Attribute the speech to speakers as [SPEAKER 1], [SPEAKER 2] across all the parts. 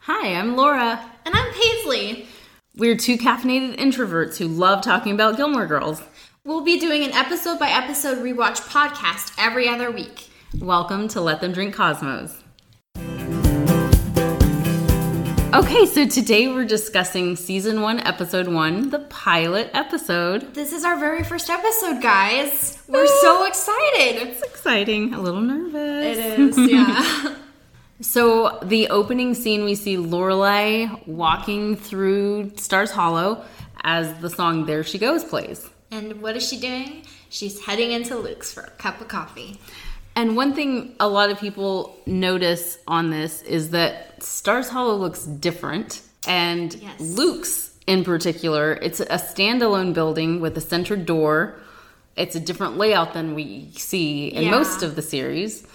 [SPEAKER 1] Hi, I'm Laura.
[SPEAKER 2] And I'm Paisley.
[SPEAKER 1] We're two caffeinated introverts who love talking about Gilmore Girls.
[SPEAKER 2] We'll be doing an episode by episode rewatch podcast every other week.
[SPEAKER 1] Welcome to Let Them Drink Cosmos. Okay, so today we're discussing season one, episode one, the pilot episode.
[SPEAKER 2] This is our very first episode, guys. We're so excited.
[SPEAKER 1] It's exciting, a little nervous.
[SPEAKER 2] is, yeah.
[SPEAKER 1] So the opening scene, we see Lorelai walking through Stars Hollow as the song "There She Goes" plays.
[SPEAKER 2] and what is she doing? She's heading into Luke's for a cup of coffee.
[SPEAKER 1] And one thing a lot of people notice on this is that Stars Hollow looks different, and
[SPEAKER 2] Yes.
[SPEAKER 1] Luke's in particular, it's a standalone building with a center door. It's a different layout than we see in
[SPEAKER 2] Yeah.
[SPEAKER 1] most of the series,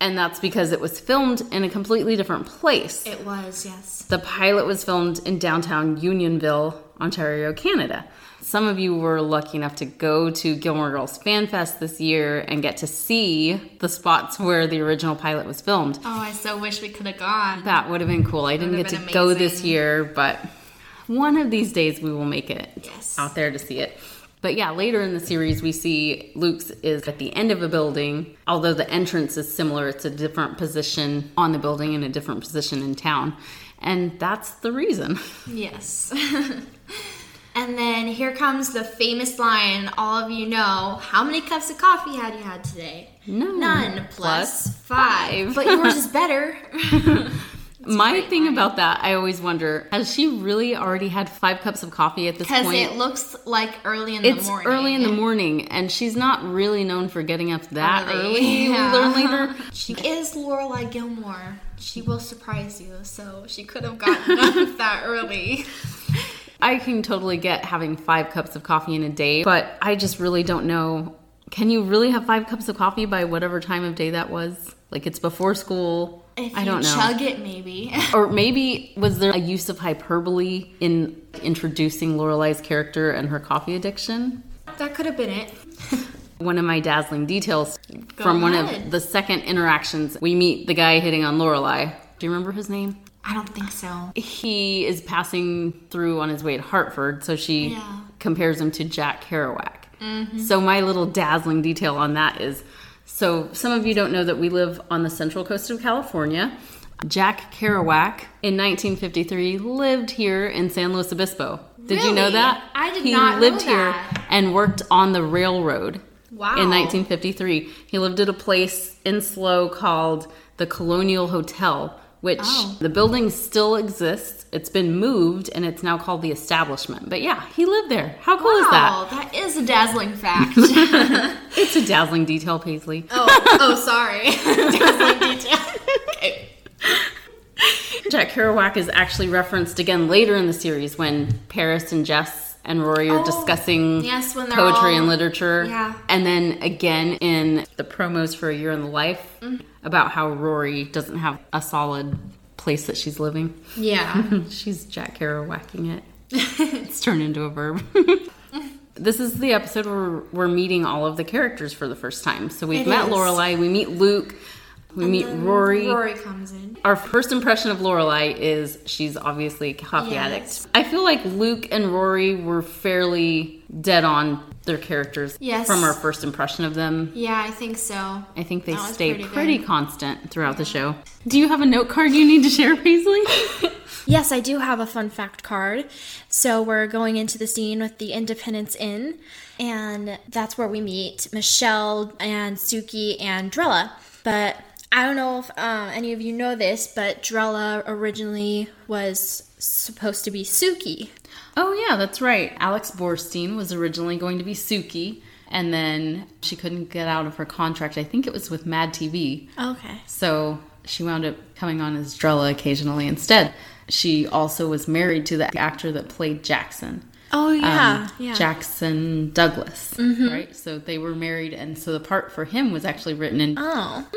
[SPEAKER 1] and that's because it was filmed in a completely different place.
[SPEAKER 2] It was, yes.
[SPEAKER 1] The pilot was filmed in downtown Unionville, Ontario, Canada. Some of you were lucky enough to go to Gilmore Girls Fan Fest this year and get to see the spots where the original pilot was filmed.
[SPEAKER 2] Oh, I so wish we could have gone.
[SPEAKER 1] That would have been cool. I didn't
[SPEAKER 2] Would
[SPEAKER 1] get
[SPEAKER 2] have
[SPEAKER 1] to
[SPEAKER 2] been
[SPEAKER 1] go this
[SPEAKER 2] amazing.
[SPEAKER 1] year, but one of these days we will make it
[SPEAKER 2] Yes.
[SPEAKER 1] out there to see it. But yeah, later in the series, we see Luke's is at the end of a building. Although the entrance is similar, it's a different position on the building and a different position in town. And that's the reason.
[SPEAKER 2] Yes. and then here comes the famous line all of you know how many cups of coffee had you had today?
[SPEAKER 1] None.
[SPEAKER 2] None
[SPEAKER 1] Plus
[SPEAKER 2] plus, plus five.
[SPEAKER 1] five.
[SPEAKER 2] but yours is better.
[SPEAKER 1] My thing about that, I always wonder, has she really already had five cups of coffee at this
[SPEAKER 2] Because
[SPEAKER 1] point?
[SPEAKER 2] it looks like early in
[SPEAKER 1] it's
[SPEAKER 2] the morning.
[SPEAKER 1] early in the morning, and she's not really known for getting up that
[SPEAKER 2] Early,
[SPEAKER 1] early.
[SPEAKER 2] yeah.
[SPEAKER 1] We learn later.
[SPEAKER 2] She is Lorelai Gilmore. She will surprise you, so she could have gotten up that early.
[SPEAKER 1] I can totally get having five cups of coffee in a day, but I just really don't know. Can you really have five cups of coffee by whatever time of day that was? Like it's before school.
[SPEAKER 2] If
[SPEAKER 1] I
[SPEAKER 2] you
[SPEAKER 1] don't know.
[SPEAKER 2] chug it, maybe.
[SPEAKER 1] Or maybe was there a use of hyperbole in introducing Lorelai's character and her coffee addiction?
[SPEAKER 2] that could have been it.
[SPEAKER 1] One of my dazzling details
[SPEAKER 2] Go
[SPEAKER 1] from one of
[SPEAKER 2] ahead.
[SPEAKER 1] the second interactions, we meet the guy hitting on Lorelai. Do you remember his name?
[SPEAKER 2] I don't think so.
[SPEAKER 1] He is passing through on his way to Hartford, so she
[SPEAKER 2] Yeah. Mm-hmm.
[SPEAKER 1] compares him to Jack Kerouac. So my little dazzling detail on that is so some of you don't know that we live on the central coast of California. Jack Kerouac in 1953 lived here in San Luis Obispo. Did you know
[SPEAKER 2] Really?
[SPEAKER 1] that?
[SPEAKER 2] I did
[SPEAKER 1] he
[SPEAKER 2] not know
[SPEAKER 1] lived here
[SPEAKER 2] that.
[SPEAKER 1] and worked on the railroad.
[SPEAKER 2] Wow.
[SPEAKER 1] In 1953, he lived at a place in Slow called the Colonial Hotel, which
[SPEAKER 2] Oh.
[SPEAKER 1] the building still exists. It's been moved and it's now called the establishment. But yeah, he lived there. How cool is that?
[SPEAKER 2] Wow, that is a dazzling fact.
[SPEAKER 1] It's a dazzling detail, Paisley.
[SPEAKER 2] Oh, oh, sorry. Dazzling detail. Okay.
[SPEAKER 1] Jack Kerouac is actually referenced again later in the series when Paris and Jess and Rory are
[SPEAKER 2] Oh,
[SPEAKER 1] discussing
[SPEAKER 2] yes, when they're
[SPEAKER 1] poetry and
[SPEAKER 2] all-
[SPEAKER 1] literature.
[SPEAKER 2] Yeah.
[SPEAKER 1] And then again in the promos for A Year in the Life
[SPEAKER 2] Mm.
[SPEAKER 1] about how Rory doesn't have a solid place that she's living.
[SPEAKER 2] Yeah.
[SPEAKER 1] She's Jack Kerouacking it. it's turned into a verb. this is the episode where we're meeting all of the characters for the first time. So we've
[SPEAKER 2] It
[SPEAKER 1] met
[SPEAKER 2] is.
[SPEAKER 1] Lorelai, we meet Luke, we meet Rory.
[SPEAKER 2] Rory comes in.
[SPEAKER 1] Our first impression of Lorelai is she's obviously a coffee
[SPEAKER 2] Yes.
[SPEAKER 1] addict. I feel like Luke and Rory were fairly dead on their characters
[SPEAKER 2] Yes.
[SPEAKER 1] from our first impression of them.
[SPEAKER 2] Yeah, I think so.
[SPEAKER 1] I think they
[SPEAKER 2] That was
[SPEAKER 1] stay
[SPEAKER 2] pretty
[SPEAKER 1] pretty,
[SPEAKER 2] good.
[SPEAKER 1] constant throughout the show. Do you have a note card you need to share, Paisley?
[SPEAKER 3] Yes, I do have a fun fact card. So we're going into the scene with the Independence Inn, and that's where we meet Michelle and Suki and Drella. But I don't know if uh, any of you know this, but Drella originally was supposed to be Suki.
[SPEAKER 1] oh, yeah, that's right. Alex Borstein was originally going to be Suki, and then she couldn't get out of her contract. I think it was with Mad TV.
[SPEAKER 3] Okay.
[SPEAKER 1] So she wound up coming on as Drella occasionally instead. She also was married to the actor that played Jackson.
[SPEAKER 3] Oh yeah, Mm-hmm.
[SPEAKER 1] um, Jackson Douglas. Right? So they were married, and so the part for him was actually written in.
[SPEAKER 3] oh,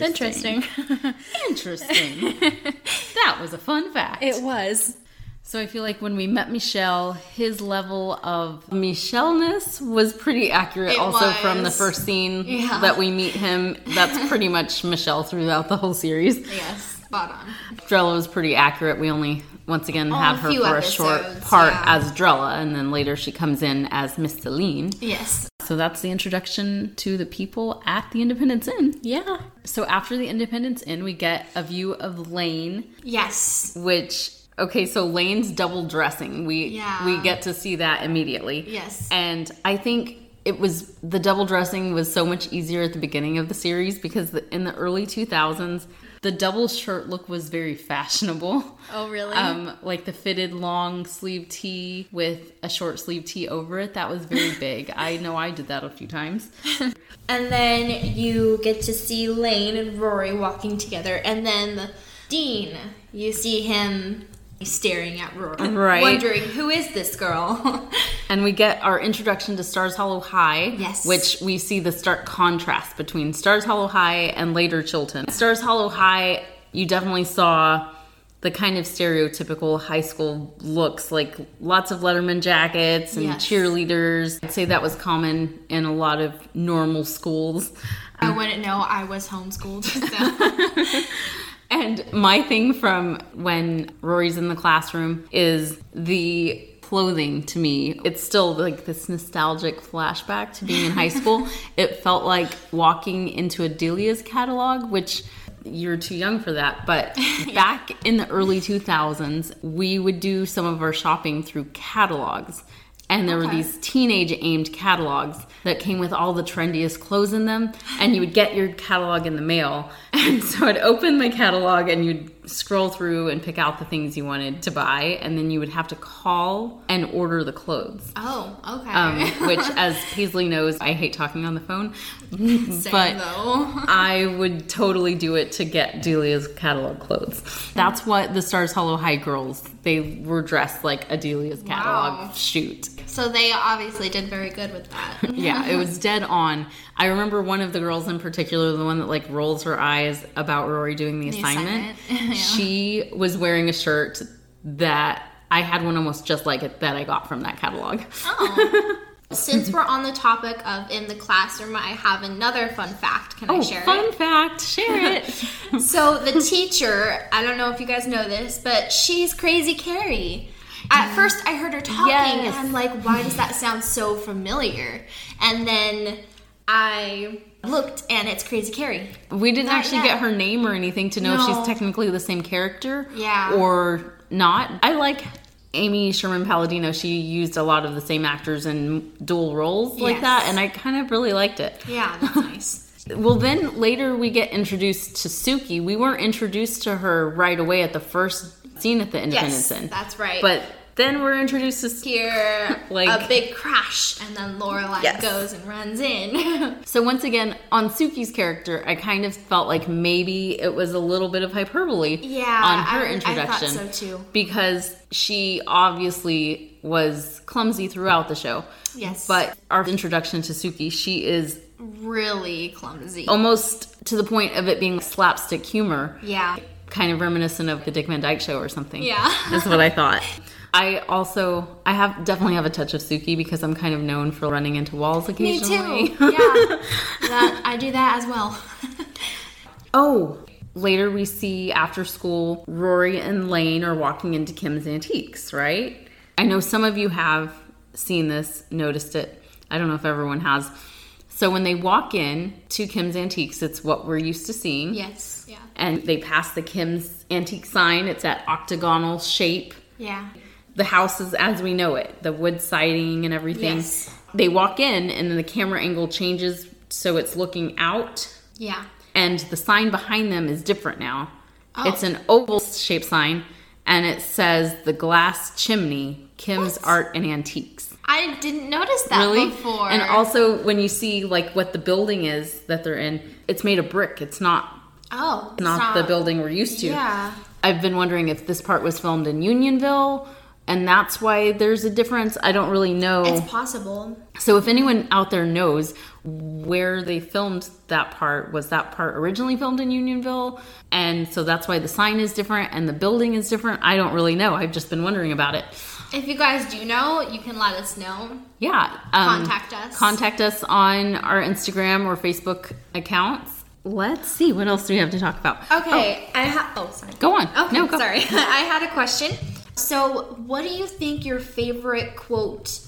[SPEAKER 3] interesting.
[SPEAKER 1] Interesting. that was a fun fact.
[SPEAKER 3] it was.
[SPEAKER 1] so I feel like when we met Michelle, his level of Michelleness was pretty accurate.
[SPEAKER 2] It
[SPEAKER 1] also from the
[SPEAKER 2] was.
[SPEAKER 1] first scene
[SPEAKER 2] Yeah.
[SPEAKER 1] that we meet him, that's pretty much Michelle throughout the whole series.
[SPEAKER 2] Yes. spot on.
[SPEAKER 1] Drella was pretty accurate. We only once again
[SPEAKER 2] Only
[SPEAKER 1] have
[SPEAKER 2] Oh, a
[SPEAKER 1] her
[SPEAKER 2] few
[SPEAKER 1] for a short
[SPEAKER 2] episodes,
[SPEAKER 1] part
[SPEAKER 2] yeah.
[SPEAKER 1] as Drella, and then later she comes in as Miss Celine.
[SPEAKER 2] Yes.
[SPEAKER 1] So that's the introduction to the people at the Independence Inn.
[SPEAKER 3] Yeah.
[SPEAKER 1] So after the Independence Inn, we get a view of Lane,
[SPEAKER 2] Yes.
[SPEAKER 1] which okay, so Lane's double dressing. We
[SPEAKER 2] Yeah.
[SPEAKER 1] we get to see that immediately.
[SPEAKER 2] Yes.
[SPEAKER 1] And I think it was the double dressing was so much easier at the beginning of the series because the, in the early 2000s, the double shirt look was very fashionable.
[SPEAKER 3] Oh, really?
[SPEAKER 1] Um, like the fitted long sleeve tee with a short sleeve tee over it. That was very big. I know I did that a few times.
[SPEAKER 2] And then you get to see Lane and Rory walking together, and then Dean, you see him staring at Rory,
[SPEAKER 1] Right.
[SPEAKER 2] wondering who is this girl.
[SPEAKER 1] And we get our introduction to Stars Hollow High,
[SPEAKER 2] Yes.
[SPEAKER 1] which we see the stark contrast between Stars Hollow High and later Chilton. Stars Hollow High, you definitely saw the kind of stereotypical high school looks, like lots of Letterman jackets and
[SPEAKER 2] Yes.
[SPEAKER 1] cheerleaders. I'd say that was common in a lot of normal schools.
[SPEAKER 2] I wouldn't know. I was homeschooled. So.
[SPEAKER 1] And my thing from when Rory's in the classroom is the clothing to me. It's still like this nostalgic flashback to being in high school. It felt like walking into a Delia's catalog, which you're too young for that. But back in the early 2000s, we would do some of our shopping through catalogs. And there were
[SPEAKER 2] Okay.
[SPEAKER 1] these teenage aimed catalogs that came with all the trendiest clothes in them and you would get your catalog in the mail and so i'd open my catalog and you'd scroll through and pick out the things you wanted to buy and then you would have to call and order the clothes
[SPEAKER 2] oh, okay.
[SPEAKER 1] um, which as paisley knows i hate talking on the phone
[SPEAKER 2] Same
[SPEAKER 1] but
[SPEAKER 2] though.
[SPEAKER 1] I would totally do it to get Delia's catalog clothes. That's what the Stars Hollow High girls, they were dressed like a Delia's catalog
[SPEAKER 2] Wow.
[SPEAKER 1] shoot.
[SPEAKER 2] So they obviously did very good with that.
[SPEAKER 1] yeah, it was dead on. I remember one of the girls in particular, the one that like rolls her eyes about Rory doing the,
[SPEAKER 2] The
[SPEAKER 1] assignment.
[SPEAKER 2] assignment, yeah.
[SPEAKER 1] She was wearing a shirt that I had one almost just like it that I got from that catalog.
[SPEAKER 2] Oh. Since we're on the topic of in the classroom, I have another fun fact. Can I
[SPEAKER 1] Oh,
[SPEAKER 2] share
[SPEAKER 1] fun
[SPEAKER 2] it?
[SPEAKER 1] fact! Share it.
[SPEAKER 2] So the teacher, I don't know if you guys know this, but she's Crazy Carrie. At first, I heard her talking,
[SPEAKER 1] Yes.
[SPEAKER 2] and I'm like, why does that sound so familiar? And then I looked, and it's Crazy Carrie.
[SPEAKER 1] we didn't
[SPEAKER 2] Not
[SPEAKER 1] actually
[SPEAKER 2] yet.
[SPEAKER 1] get her name or anything to know if
[SPEAKER 2] No.
[SPEAKER 1] she's technically the same character,
[SPEAKER 2] Yeah.
[SPEAKER 1] or not. I like. Amy Sherman Palladino, she used a lot of the same actors in dual roles like
[SPEAKER 2] Yes.
[SPEAKER 1] that, and I kind of really liked it.
[SPEAKER 2] Yeah, that's nice.
[SPEAKER 1] Well, then later we get introduced to Suki. We weren't introduced to her right away at the first scene at the Independence
[SPEAKER 2] yes,
[SPEAKER 1] Inn.
[SPEAKER 2] that's right.
[SPEAKER 1] But then we're introduced to Suki.
[SPEAKER 2] here,
[SPEAKER 1] Like-
[SPEAKER 2] a big crash, and then Lorelai
[SPEAKER 1] Yes.
[SPEAKER 2] goes and runs in.
[SPEAKER 1] So once again, on Suki's character, I kind of felt like maybe it was a little bit of hyperbole
[SPEAKER 2] Yeah,
[SPEAKER 1] on her
[SPEAKER 2] I- I thought
[SPEAKER 1] introduction.
[SPEAKER 2] so too.
[SPEAKER 1] Because she obviously was clumsy throughout the show.
[SPEAKER 2] Yes.
[SPEAKER 1] But our introduction to Suki, she is
[SPEAKER 2] really
[SPEAKER 1] Oh
[SPEAKER 2] clumsy.
[SPEAKER 1] almost to the point of it being slapstick humor.
[SPEAKER 2] Yeah.
[SPEAKER 1] kind of reminiscent of the Dick Van Dyke Show or something.
[SPEAKER 2] Yeah.
[SPEAKER 1] is what I thought. I also I have definitely have a touch of Suki because I'm kind of known for running into walls
[SPEAKER 2] Me too.
[SPEAKER 1] occasionally.
[SPEAKER 2] yeah. That I do that as well.
[SPEAKER 1] Oh, later we see after school Rory and Lane are walking into Kim's Antiques, right? I know some of you have seen this, noticed it. I don't know if everyone has. So when they walk in to Kim's Antiques, it's what we're used to seeing.
[SPEAKER 2] yes. Yeah.
[SPEAKER 1] And they pass the Kim's Antique sign. It's that octagonal shape.
[SPEAKER 2] Yeah.
[SPEAKER 1] the houses as we know it, the wood siding and everything.
[SPEAKER 2] Yes.
[SPEAKER 1] They walk in, and then the camera angle changes so it's looking out,
[SPEAKER 2] Yeah.
[SPEAKER 1] and the sign behind them is different now.
[SPEAKER 2] Oh.
[SPEAKER 1] It's an oval shaped sign, and it says the glass chimney, Kim's
[SPEAKER 2] What?
[SPEAKER 1] Art and Antiques.
[SPEAKER 2] I didn't notice that
[SPEAKER 1] Really?
[SPEAKER 2] before.
[SPEAKER 1] And also, when you see like what the building is that they're in, it's made of brick. It's not
[SPEAKER 2] oh, it's
[SPEAKER 1] not, the building we're used to.
[SPEAKER 2] Yeah.
[SPEAKER 1] I've been wondering if this part was filmed in Unionville and that's why there's a difference. I don't really know.
[SPEAKER 2] It's possible.
[SPEAKER 1] So if anyone out there knows where they filmed that part, was that part originally filmed in Unionville? And so that's why the sign is different and the building is different. I don't really know. I've just been wondering about it.
[SPEAKER 2] If you guys do know, you can let us know.
[SPEAKER 1] Yeah. um,
[SPEAKER 2] Contact us.
[SPEAKER 1] Contact us on our Instagram or Facebook accounts. Let's see. What else do we have to talk about?
[SPEAKER 2] Okay, I ha- oh sorry.
[SPEAKER 1] Go on.
[SPEAKER 2] Okay,
[SPEAKER 1] no, go.
[SPEAKER 2] sorry. I had a question. So, what do you think your favorite quote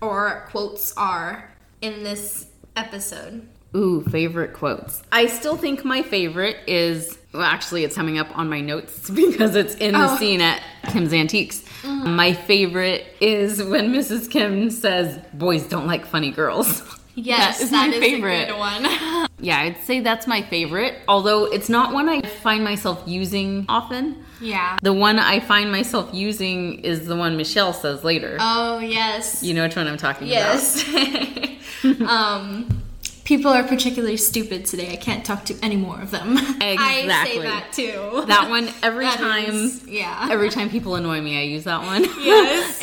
[SPEAKER 2] or quotes are in this episode?
[SPEAKER 1] Ooh, favorite quotes. I still think my favorite is well, actually, it's coming up on my notes because it's in the
[SPEAKER 2] Oh. Mm.
[SPEAKER 1] scene at Kim's Antiques. My favorite is when Mrs. Kim says, "Boys don't like funny girls."
[SPEAKER 2] Yes,
[SPEAKER 1] is
[SPEAKER 2] that
[SPEAKER 1] my
[SPEAKER 2] is
[SPEAKER 1] favorite.
[SPEAKER 2] a good one.
[SPEAKER 1] yeah, I'd say that's my favorite. Although it's not one I find myself using often.
[SPEAKER 2] yeah.
[SPEAKER 1] The one I find myself using is the one Michelle says later.
[SPEAKER 2] Oh yes.
[SPEAKER 1] you know which one I'm talking about.
[SPEAKER 2] Yes. um, people are particularly stupid today. I can't talk to any more of them. I
[SPEAKER 1] Exactly.
[SPEAKER 2] say that too.
[SPEAKER 1] That one every
[SPEAKER 2] That
[SPEAKER 1] time.
[SPEAKER 2] is- yeah.
[SPEAKER 1] Every time people annoy me, I use that one.
[SPEAKER 2] Yes.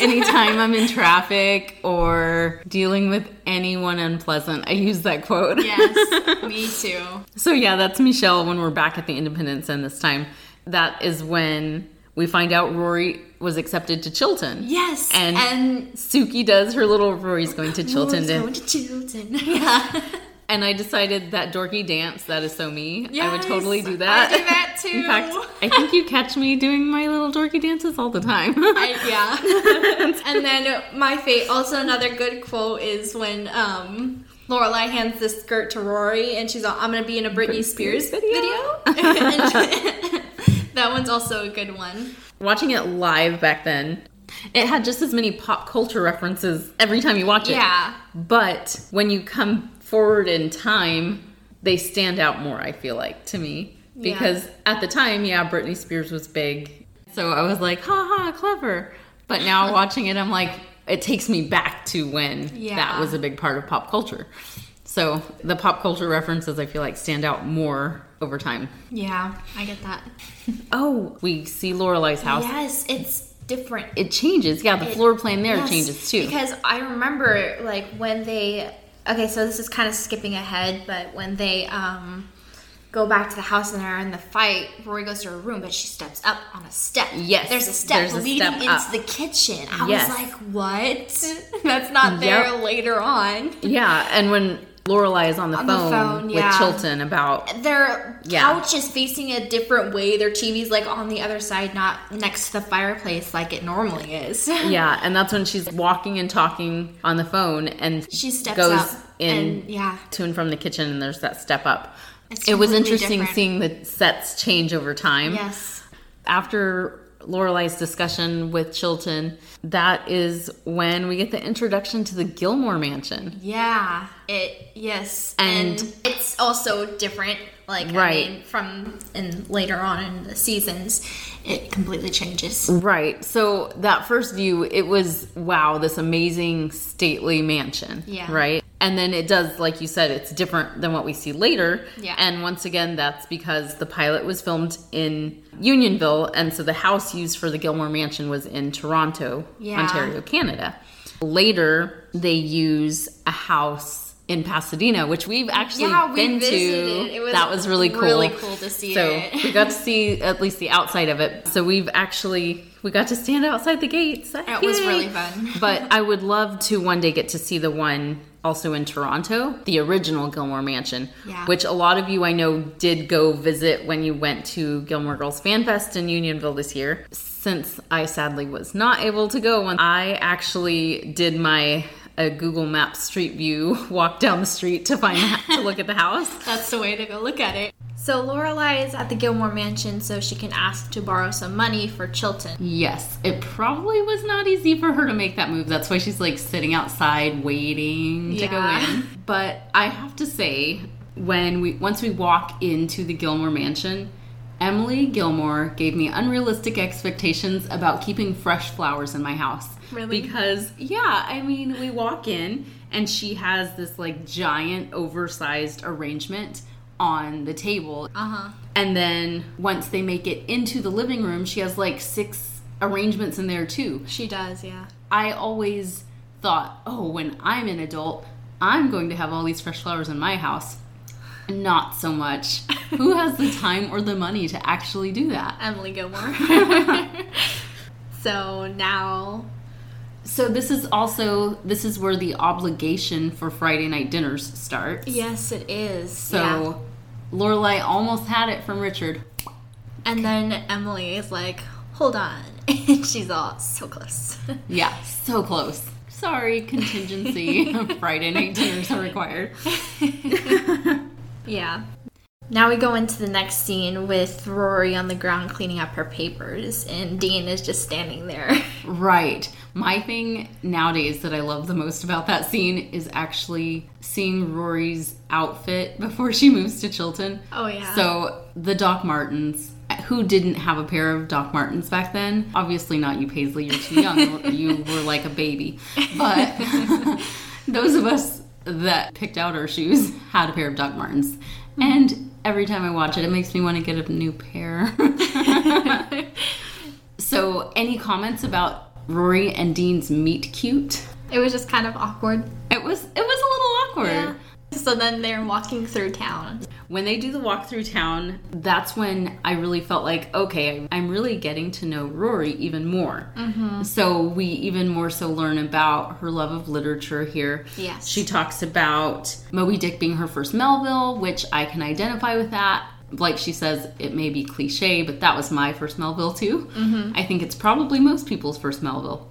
[SPEAKER 1] Anytime I'm in traffic or dealing with anyone unpleasant, I use that quote.
[SPEAKER 2] yes. Me too.
[SPEAKER 1] so, yeah, that's Michelle when we're back at the Independence Inn this time. That is when we find out Rory was accepted to Chilton.
[SPEAKER 2] Yes.
[SPEAKER 1] And,
[SPEAKER 2] and
[SPEAKER 1] Suki does her little Rory's going to Chilton.
[SPEAKER 2] Rory's
[SPEAKER 1] dance.
[SPEAKER 2] going to Chilton. Yeah.
[SPEAKER 1] and I decided that dorky dance, that is so me. I would
[SPEAKER 2] Yes,
[SPEAKER 1] totally do
[SPEAKER 2] I
[SPEAKER 1] that.
[SPEAKER 2] do that too.
[SPEAKER 1] in fact, I think you catch me doing my little dorky dances all the time.
[SPEAKER 2] I, yeah. and then my fate. Also, another good quote is when um, Lorelai hands this skirt to Rory, and she's all, "I'm gonna be in a Britney, Spears, video." And she- that one's also a good one.
[SPEAKER 1] watching it live back then, it had just as many pop culture references every time you watch it.
[SPEAKER 2] Yeah.
[SPEAKER 1] But when you come forward in time, they stand out more, I feel like, to me.
[SPEAKER 2] Yeah.
[SPEAKER 1] Because at the time, yeah, Britney Spears was big. So I was like, ha ha, clever. But now watching it, I'm like, it takes me back to when
[SPEAKER 2] Yeah.
[SPEAKER 1] that was a big part of pop culture. So the pop culture references, I feel like, stand out more over time.
[SPEAKER 2] Yeah, I get that.
[SPEAKER 1] Oh, we see Lorelai's house
[SPEAKER 2] Yes, it's different.
[SPEAKER 1] it changes. Yeah, the floor plan there
[SPEAKER 2] Yes,
[SPEAKER 1] changes too.
[SPEAKER 2] Because I remember like when they okay, so this is kind of skipping ahead, but when they um go back to the house and they're in the fight, Rory goes to her room, but she steps up on a step.
[SPEAKER 1] Yes,
[SPEAKER 2] there's a step
[SPEAKER 1] there's a
[SPEAKER 2] leading
[SPEAKER 1] step
[SPEAKER 2] into
[SPEAKER 1] up.
[SPEAKER 2] the kitchen. I
[SPEAKER 1] Yes.
[SPEAKER 2] was like, what? That's not there
[SPEAKER 1] Yep.
[SPEAKER 2] later on.
[SPEAKER 1] yeah, and when Lorelai is on the
[SPEAKER 2] the
[SPEAKER 1] phone,
[SPEAKER 2] phone,
[SPEAKER 1] with
[SPEAKER 2] yeah.
[SPEAKER 1] Chilton about
[SPEAKER 2] Their
[SPEAKER 1] Yeah.
[SPEAKER 2] couch is facing a different way. Their TV's like on the other side, not next to the fireplace like it normally is.
[SPEAKER 1] yeah, and that's when she's walking and talking on the phone, and
[SPEAKER 2] She steps
[SPEAKER 1] goes
[SPEAKER 2] up
[SPEAKER 1] in
[SPEAKER 2] and yeah.
[SPEAKER 1] to and from the kitchen, and there's that step up.
[SPEAKER 2] It's
[SPEAKER 1] It was
[SPEAKER 2] completely
[SPEAKER 1] interesting
[SPEAKER 2] different.
[SPEAKER 1] seeing the sets change over time.
[SPEAKER 2] Yes.
[SPEAKER 1] after Lorelai's discussion with Chilton, that is when we get the introduction to the Gilmore Mansion.
[SPEAKER 2] Yeah. It yes,
[SPEAKER 1] And-
[SPEAKER 2] and, it's also different. Like
[SPEAKER 1] Right.
[SPEAKER 2] I mean, from and later on in the seasons, it completely changes.
[SPEAKER 1] Right. So that first view, it was wow, this amazing stately mansion.
[SPEAKER 2] Yeah.
[SPEAKER 1] Right. And then it does, like you said, it's different than what we see later.
[SPEAKER 2] Yeah.
[SPEAKER 1] And once again, that's because the pilot was filmed in Unionville, and so the house used for the Gilmore Mansion was in Toronto,
[SPEAKER 2] Yeah.
[SPEAKER 1] Ontario, Canada. Later, they use a house in Pasadena, which we've actually
[SPEAKER 2] Yeah, we
[SPEAKER 1] been
[SPEAKER 2] visited.
[SPEAKER 1] to.
[SPEAKER 2] It was
[SPEAKER 1] that was really cool.
[SPEAKER 2] really cool to see
[SPEAKER 1] So
[SPEAKER 2] it.
[SPEAKER 1] we got to see at least the outside of it. So we've actually we got to stand outside the gates. It
[SPEAKER 2] was really fun.
[SPEAKER 1] but I would love to one day get to see the one also in Toronto, the original Gilmore Mansion,
[SPEAKER 2] Yeah.
[SPEAKER 1] which a lot of you I know did go visit when you went to Gilmore Girls Fan Fest in Unionville this year. Since I sadly was not able to go, when I actually did my a Google Maps Street View walk down the street to find to look at the house.
[SPEAKER 2] That's the way to go look at it. So Lorelai is at the Gilmore Mansion, so she can ask to borrow some money for Chilton.
[SPEAKER 1] Yes, it probably was not easy for her to make that move. That's why she's like sitting outside waiting to
[SPEAKER 2] Yeah.
[SPEAKER 1] go in. But I have to say, when we once we walk into the Gilmore mansion, Emily Gilmore gave me unrealistic expectations about keeping fresh flowers in my house.
[SPEAKER 2] Really?
[SPEAKER 1] Because yeah, I mean, we walk in and she has this like giant oversized arrangement on the table.
[SPEAKER 2] Uh-huh.
[SPEAKER 1] And then once they make it into the living room, she has like six arrangements in there too.
[SPEAKER 2] She does, yeah.
[SPEAKER 1] I always thought, oh, when I'm an adult, I'm going to have all these fresh flowers in my house. Not so much. Who has the time or the money to actually do that?
[SPEAKER 2] Emily Gilmore. so now
[SPEAKER 1] So this is also this is where the obligation for Friday night dinners starts.
[SPEAKER 2] Yes it is.
[SPEAKER 1] So Lorelai almost had it from Richard.
[SPEAKER 2] And then Emily is like, hold on. And she's all so close.
[SPEAKER 1] Yeah, so close. Sorry, contingency. Friday night dinners are required.
[SPEAKER 2] yeah. Now we go into the next scene with Rory on the ground cleaning up her papers, and Dean is just standing there.
[SPEAKER 1] Right. My thing nowadays that I love the most about that scene is actually seeing Rory's outfit before she moves to Chilton.
[SPEAKER 2] Oh, yeah.
[SPEAKER 1] So the Doc Martens. Who didn't have a pair of Doc Martens back then? Obviously not you, Paisley. You're too young. you were like a baby. But those of us that picked out our shoes had a pair of Doc Martens.
[SPEAKER 2] Mm-hmm.
[SPEAKER 1] And every time I watch it, it makes me want to get a new pair. so, any comments about Rory and Dean's meet cute?
[SPEAKER 2] It was just kind of awkward.
[SPEAKER 1] It was it was a little awkward.
[SPEAKER 2] So then they're walking through town.
[SPEAKER 1] When they do the walk through town, that's when I really felt like, okay, I'm really getting to know Rory even more. So we even more so learn about her love of literature here.
[SPEAKER 2] Yes.
[SPEAKER 1] She talks about Moby Dick being her first Melville, which I can identify with that. Like she says, it may be cliche, but that was my first Melville too. I think it's probably most people's first Melville.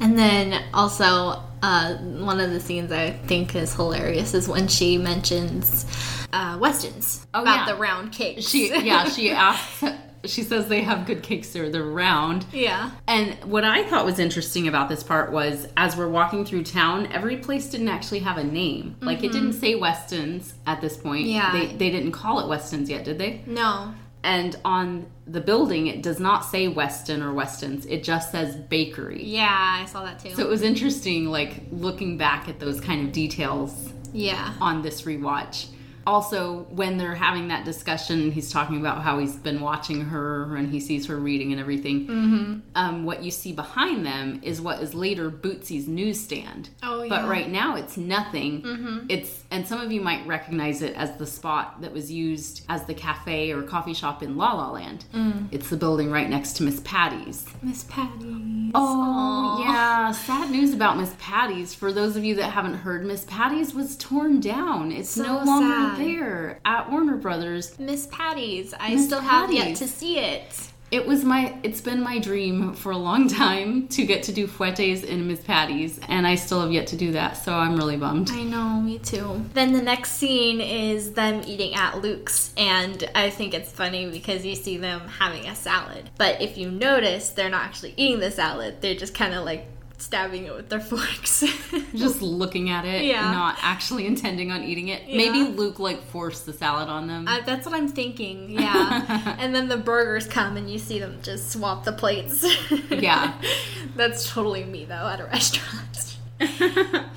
[SPEAKER 2] And then also, uh, one of the scenes I think is hilarious is when she mentions uh, Weston's
[SPEAKER 1] Oh,
[SPEAKER 2] about
[SPEAKER 1] yeah.
[SPEAKER 2] the round cakes.
[SPEAKER 1] She, yeah, she asks, she says they have good cakes there, they're round.
[SPEAKER 2] yeah.
[SPEAKER 1] And what I thought was interesting about this part was as we're walking through town, every place didn't actually have a name. Like it didn't say Weston's at this point.
[SPEAKER 2] Mm-hmm. Yeah.
[SPEAKER 1] They, they didn't call it Weston's yet, did they?
[SPEAKER 2] No.
[SPEAKER 1] And on the building, it does not say Weston or Weston's, it just says bakery.
[SPEAKER 2] Yeah, I saw that too.
[SPEAKER 1] So it was interesting, like looking back at those kind of details
[SPEAKER 2] yeah.
[SPEAKER 1] on this rewatch. Also, when they're having that discussion, he's talking about how he's been watching her and he sees her reading and everything. Mm-hmm. Um, what you see behind them is what is later Bootsy's newsstand.
[SPEAKER 2] Oh, yeah. Mm-hmm.
[SPEAKER 1] But right now, it's nothing. It's and some of you might recognize it as the spot that was used as the cafe or coffee shop in La La Land.
[SPEAKER 2] Mm.
[SPEAKER 1] It's the building right next to Miss Patty's.
[SPEAKER 2] Miss Patty.
[SPEAKER 1] Oh, yeah. Sad news about Miss Patty's. For those of you that haven't heard, Miss Patty's was torn down. It's
[SPEAKER 2] So
[SPEAKER 1] no longer
[SPEAKER 2] sad.
[SPEAKER 1] there at Warner Brothers.
[SPEAKER 2] Miss Patty's. I
[SPEAKER 1] Miss
[SPEAKER 2] still have yet
[SPEAKER 1] Patty's.
[SPEAKER 2] to see it.
[SPEAKER 1] It was my it's been my dream for a long time to get to do fuetes in Miss Patty's, and I still have yet to do that, so I'm really bummed.
[SPEAKER 2] I know, me too. Then the next scene is them eating at Luke's, and I think it's funny because you see them having a salad. But if you notice, they're not actually eating the salad, they're just kind of like stabbing it with their forks.
[SPEAKER 1] Just looking at it,
[SPEAKER 2] Yeah.
[SPEAKER 1] not actually intending on eating it. Maybe Luke like forced the salad on them.
[SPEAKER 2] Uh, that's what I'm thinking, yeah. and then the burgers come and you see them just swap the plates.
[SPEAKER 1] Yeah.
[SPEAKER 2] that's totally me, though, at a restaurant.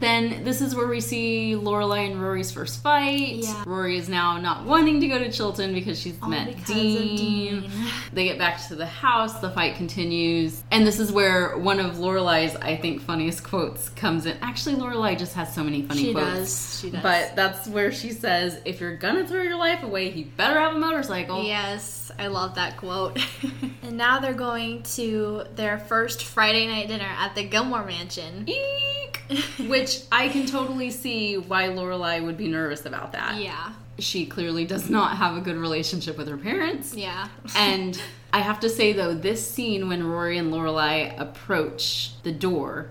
[SPEAKER 1] Then this is where we see Lorelai and Rory's first fight.
[SPEAKER 2] Yeah.
[SPEAKER 1] Rory is now not wanting to go to Chilton because she's met
[SPEAKER 2] because of
[SPEAKER 1] Dean.
[SPEAKER 2] Dean.
[SPEAKER 1] They get back to the house. The fight continues, and this is where one of Lorelai's, I think, funniest quotes comes in. Actually, Lorelai just has so many funny
[SPEAKER 2] She
[SPEAKER 1] quotes.
[SPEAKER 2] does. She does.
[SPEAKER 1] But that's where she says, "If you're gonna throw your life away, he better have a motorcycle."
[SPEAKER 2] Yes, I love that quote. and now they're going to their first Friday night dinner at the Gilmore Mansion.
[SPEAKER 1] Eek! Which I can totally see why Lorelai would be nervous about that.
[SPEAKER 2] Yeah,
[SPEAKER 1] She clearly does not have a good relationship with her parents.
[SPEAKER 2] yeah.
[SPEAKER 1] And I have to say though, this scene when Rory and Lorelai approach the door,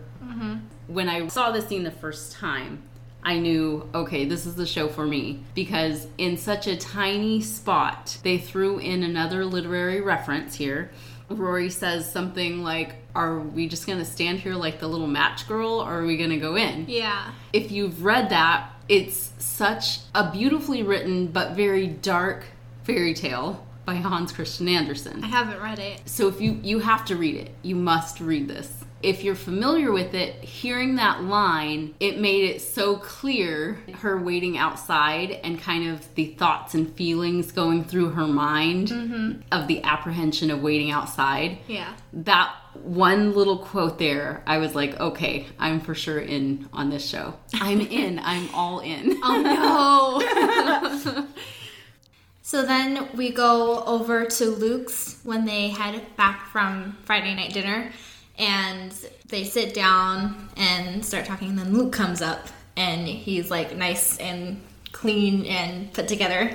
[SPEAKER 1] when I saw this scene the first time, I knew okay, this is the show for me because in such a tiny spot, they threw in another literary reference here. Rory says something like, "Are we just gonna stand here like the little match girl, or are we gonna go in?"
[SPEAKER 2] yeah.
[SPEAKER 1] if you've read that, it's such a beautifully written but very dark fairy tale by Hans Christian
[SPEAKER 2] I
[SPEAKER 1] Andersen.
[SPEAKER 2] haven't read it.
[SPEAKER 1] So if you you have to read it, you must read this. If you're familiar with it, hearing that line, it made it so clear her waiting outside and kind of the thoughts and feelings going through her mind of the apprehension of waiting outside
[SPEAKER 2] Mm-hmm. Yeah.
[SPEAKER 1] that one little quote there, I was like, okay, I'm for sure in on this show. I'm in. I'm all in.
[SPEAKER 2] Oh no. so then we go over to Luke's when they head back from Friday night dinner and they sit down and start talking. And then Luke comes up and he's like nice and clean and put together.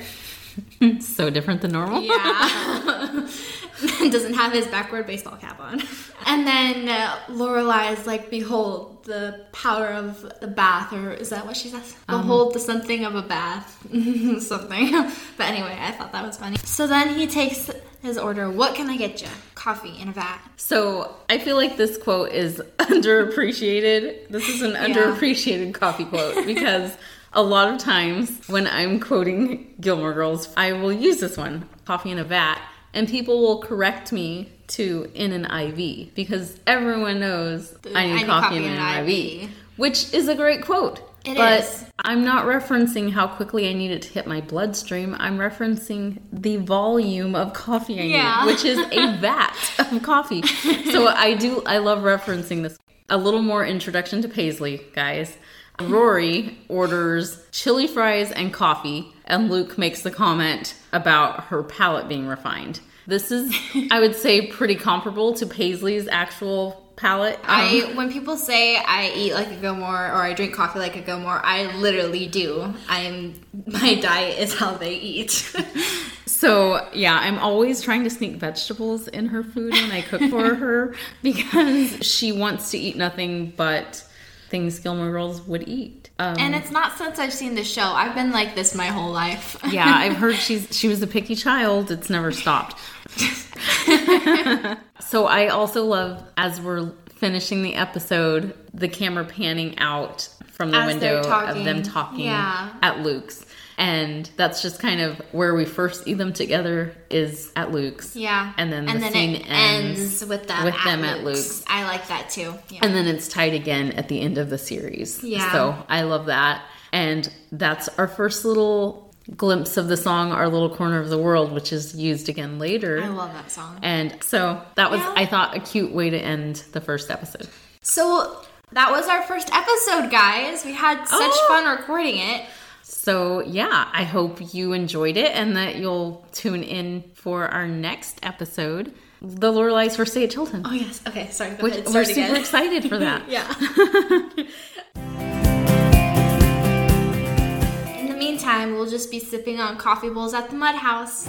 [SPEAKER 1] So different than normal.
[SPEAKER 2] Yeah. Doesn't have his backward baseball cap on. And then uh, Lorelai is like, behold the power of the bath, or is that what she says? Behold the something of a bath. something. but anyway, I thought that was funny. So then he takes his order. What can I get you? Coffee in a vat.
[SPEAKER 1] So I feel like this quote is underappreciated. This is an underappreciated coffee quote because a lot of times when I'm quoting Gilmore Girls, I will use this one, coffee in a vat, and people will correct me to in an IV because everyone knows I need, coffee, in an IV, which is a great quote.
[SPEAKER 2] It
[SPEAKER 1] but
[SPEAKER 2] is.
[SPEAKER 1] I'm not referencing how quickly I need it to hit my bloodstream. I'm referencing the volume of coffee I
[SPEAKER 2] Yeah.
[SPEAKER 1] need, which is a vat of coffee. So I do, I love referencing this. A little more introduction to Paisley, guys. Rory orders chili fries and coffee, and Luke makes the comment about her palate being refined. This is, I would say, pretty comparable to Paisley's actual palate. Um,
[SPEAKER 2] I when people say I eat like a Gilmore or I drink coffee like a Gilmore, I literally do. I'm my diet is how they eat.
[SPEAKER 1] So yeah, I'm always trying to sneak vegetables in her food when I cook for her because she wants to eat nothing but things Gilmore Girls would eat. Um,
[SPEAKER 2] and it's not since I've seen the show. I've been like this my whole life.
[SPEAKER 1] yeah, I've heard she's she was a picky child. It's never stopped. so I also love as we're finishing the episode, the camera panning out from the
[SPEAKER 2] As they're
[SPEAKER 1] window of them
[SPEAKER 2] talking.
[SPEAKER 1] talking
[SPEAKER 2] Yeah.
[SPEAKER 1] at Luke's. And that's just kind of where we first see them together is at Luke's.
[SPEAKER 2] Yeah.
[SPEAKER 1] And then the scene ends,
[SPEAKER 2] with them
[SPEAKER 1] with
[SPEAKER 2] at
[SPEAKER 1] them at
[SPEAKER 2] Luke's. I like that too. Yeah.
[SPEAKER 1] and then it's tied again at the end of the series.
[SPEAKER 2] Yeah.
[SPEAKER 1] So I love that. And that's our first little glimpse of the song, Our Little Corner of the World, which is used again later.
[SPEAKER 2] I love that song.
[SPEAKER 1] and so that was,
[SPEAKER 2] Yeah.
[SPEAKER 1] I thought, a cute way to end the first episode.
[SPEAKER 2] so that was our first episode, guys. We had such
[SPEAKER 1] Oh.
[SPEAKER 2] fun recording it.
[SPEAKER 1] So, yeah, I hope you enjoyed it and that you'll tune in for our next episode, The Lorelei's First Day at Chilton.
[SPEAKER 2] Oh yes. Okay. Sorry. Go
[SPEAKER 1] which
[SPEAKER 2] ahead.
[SPEAKER 1] we're
[SPEAKER 2] Start
[SPEAKER 1] super
[SPEAKER 2] again.
[SPEAKER 1] excited for that.
[SPEAKER 2] Yeah. In the meantime, we'll just be sipping on coffee bowls at the mud house.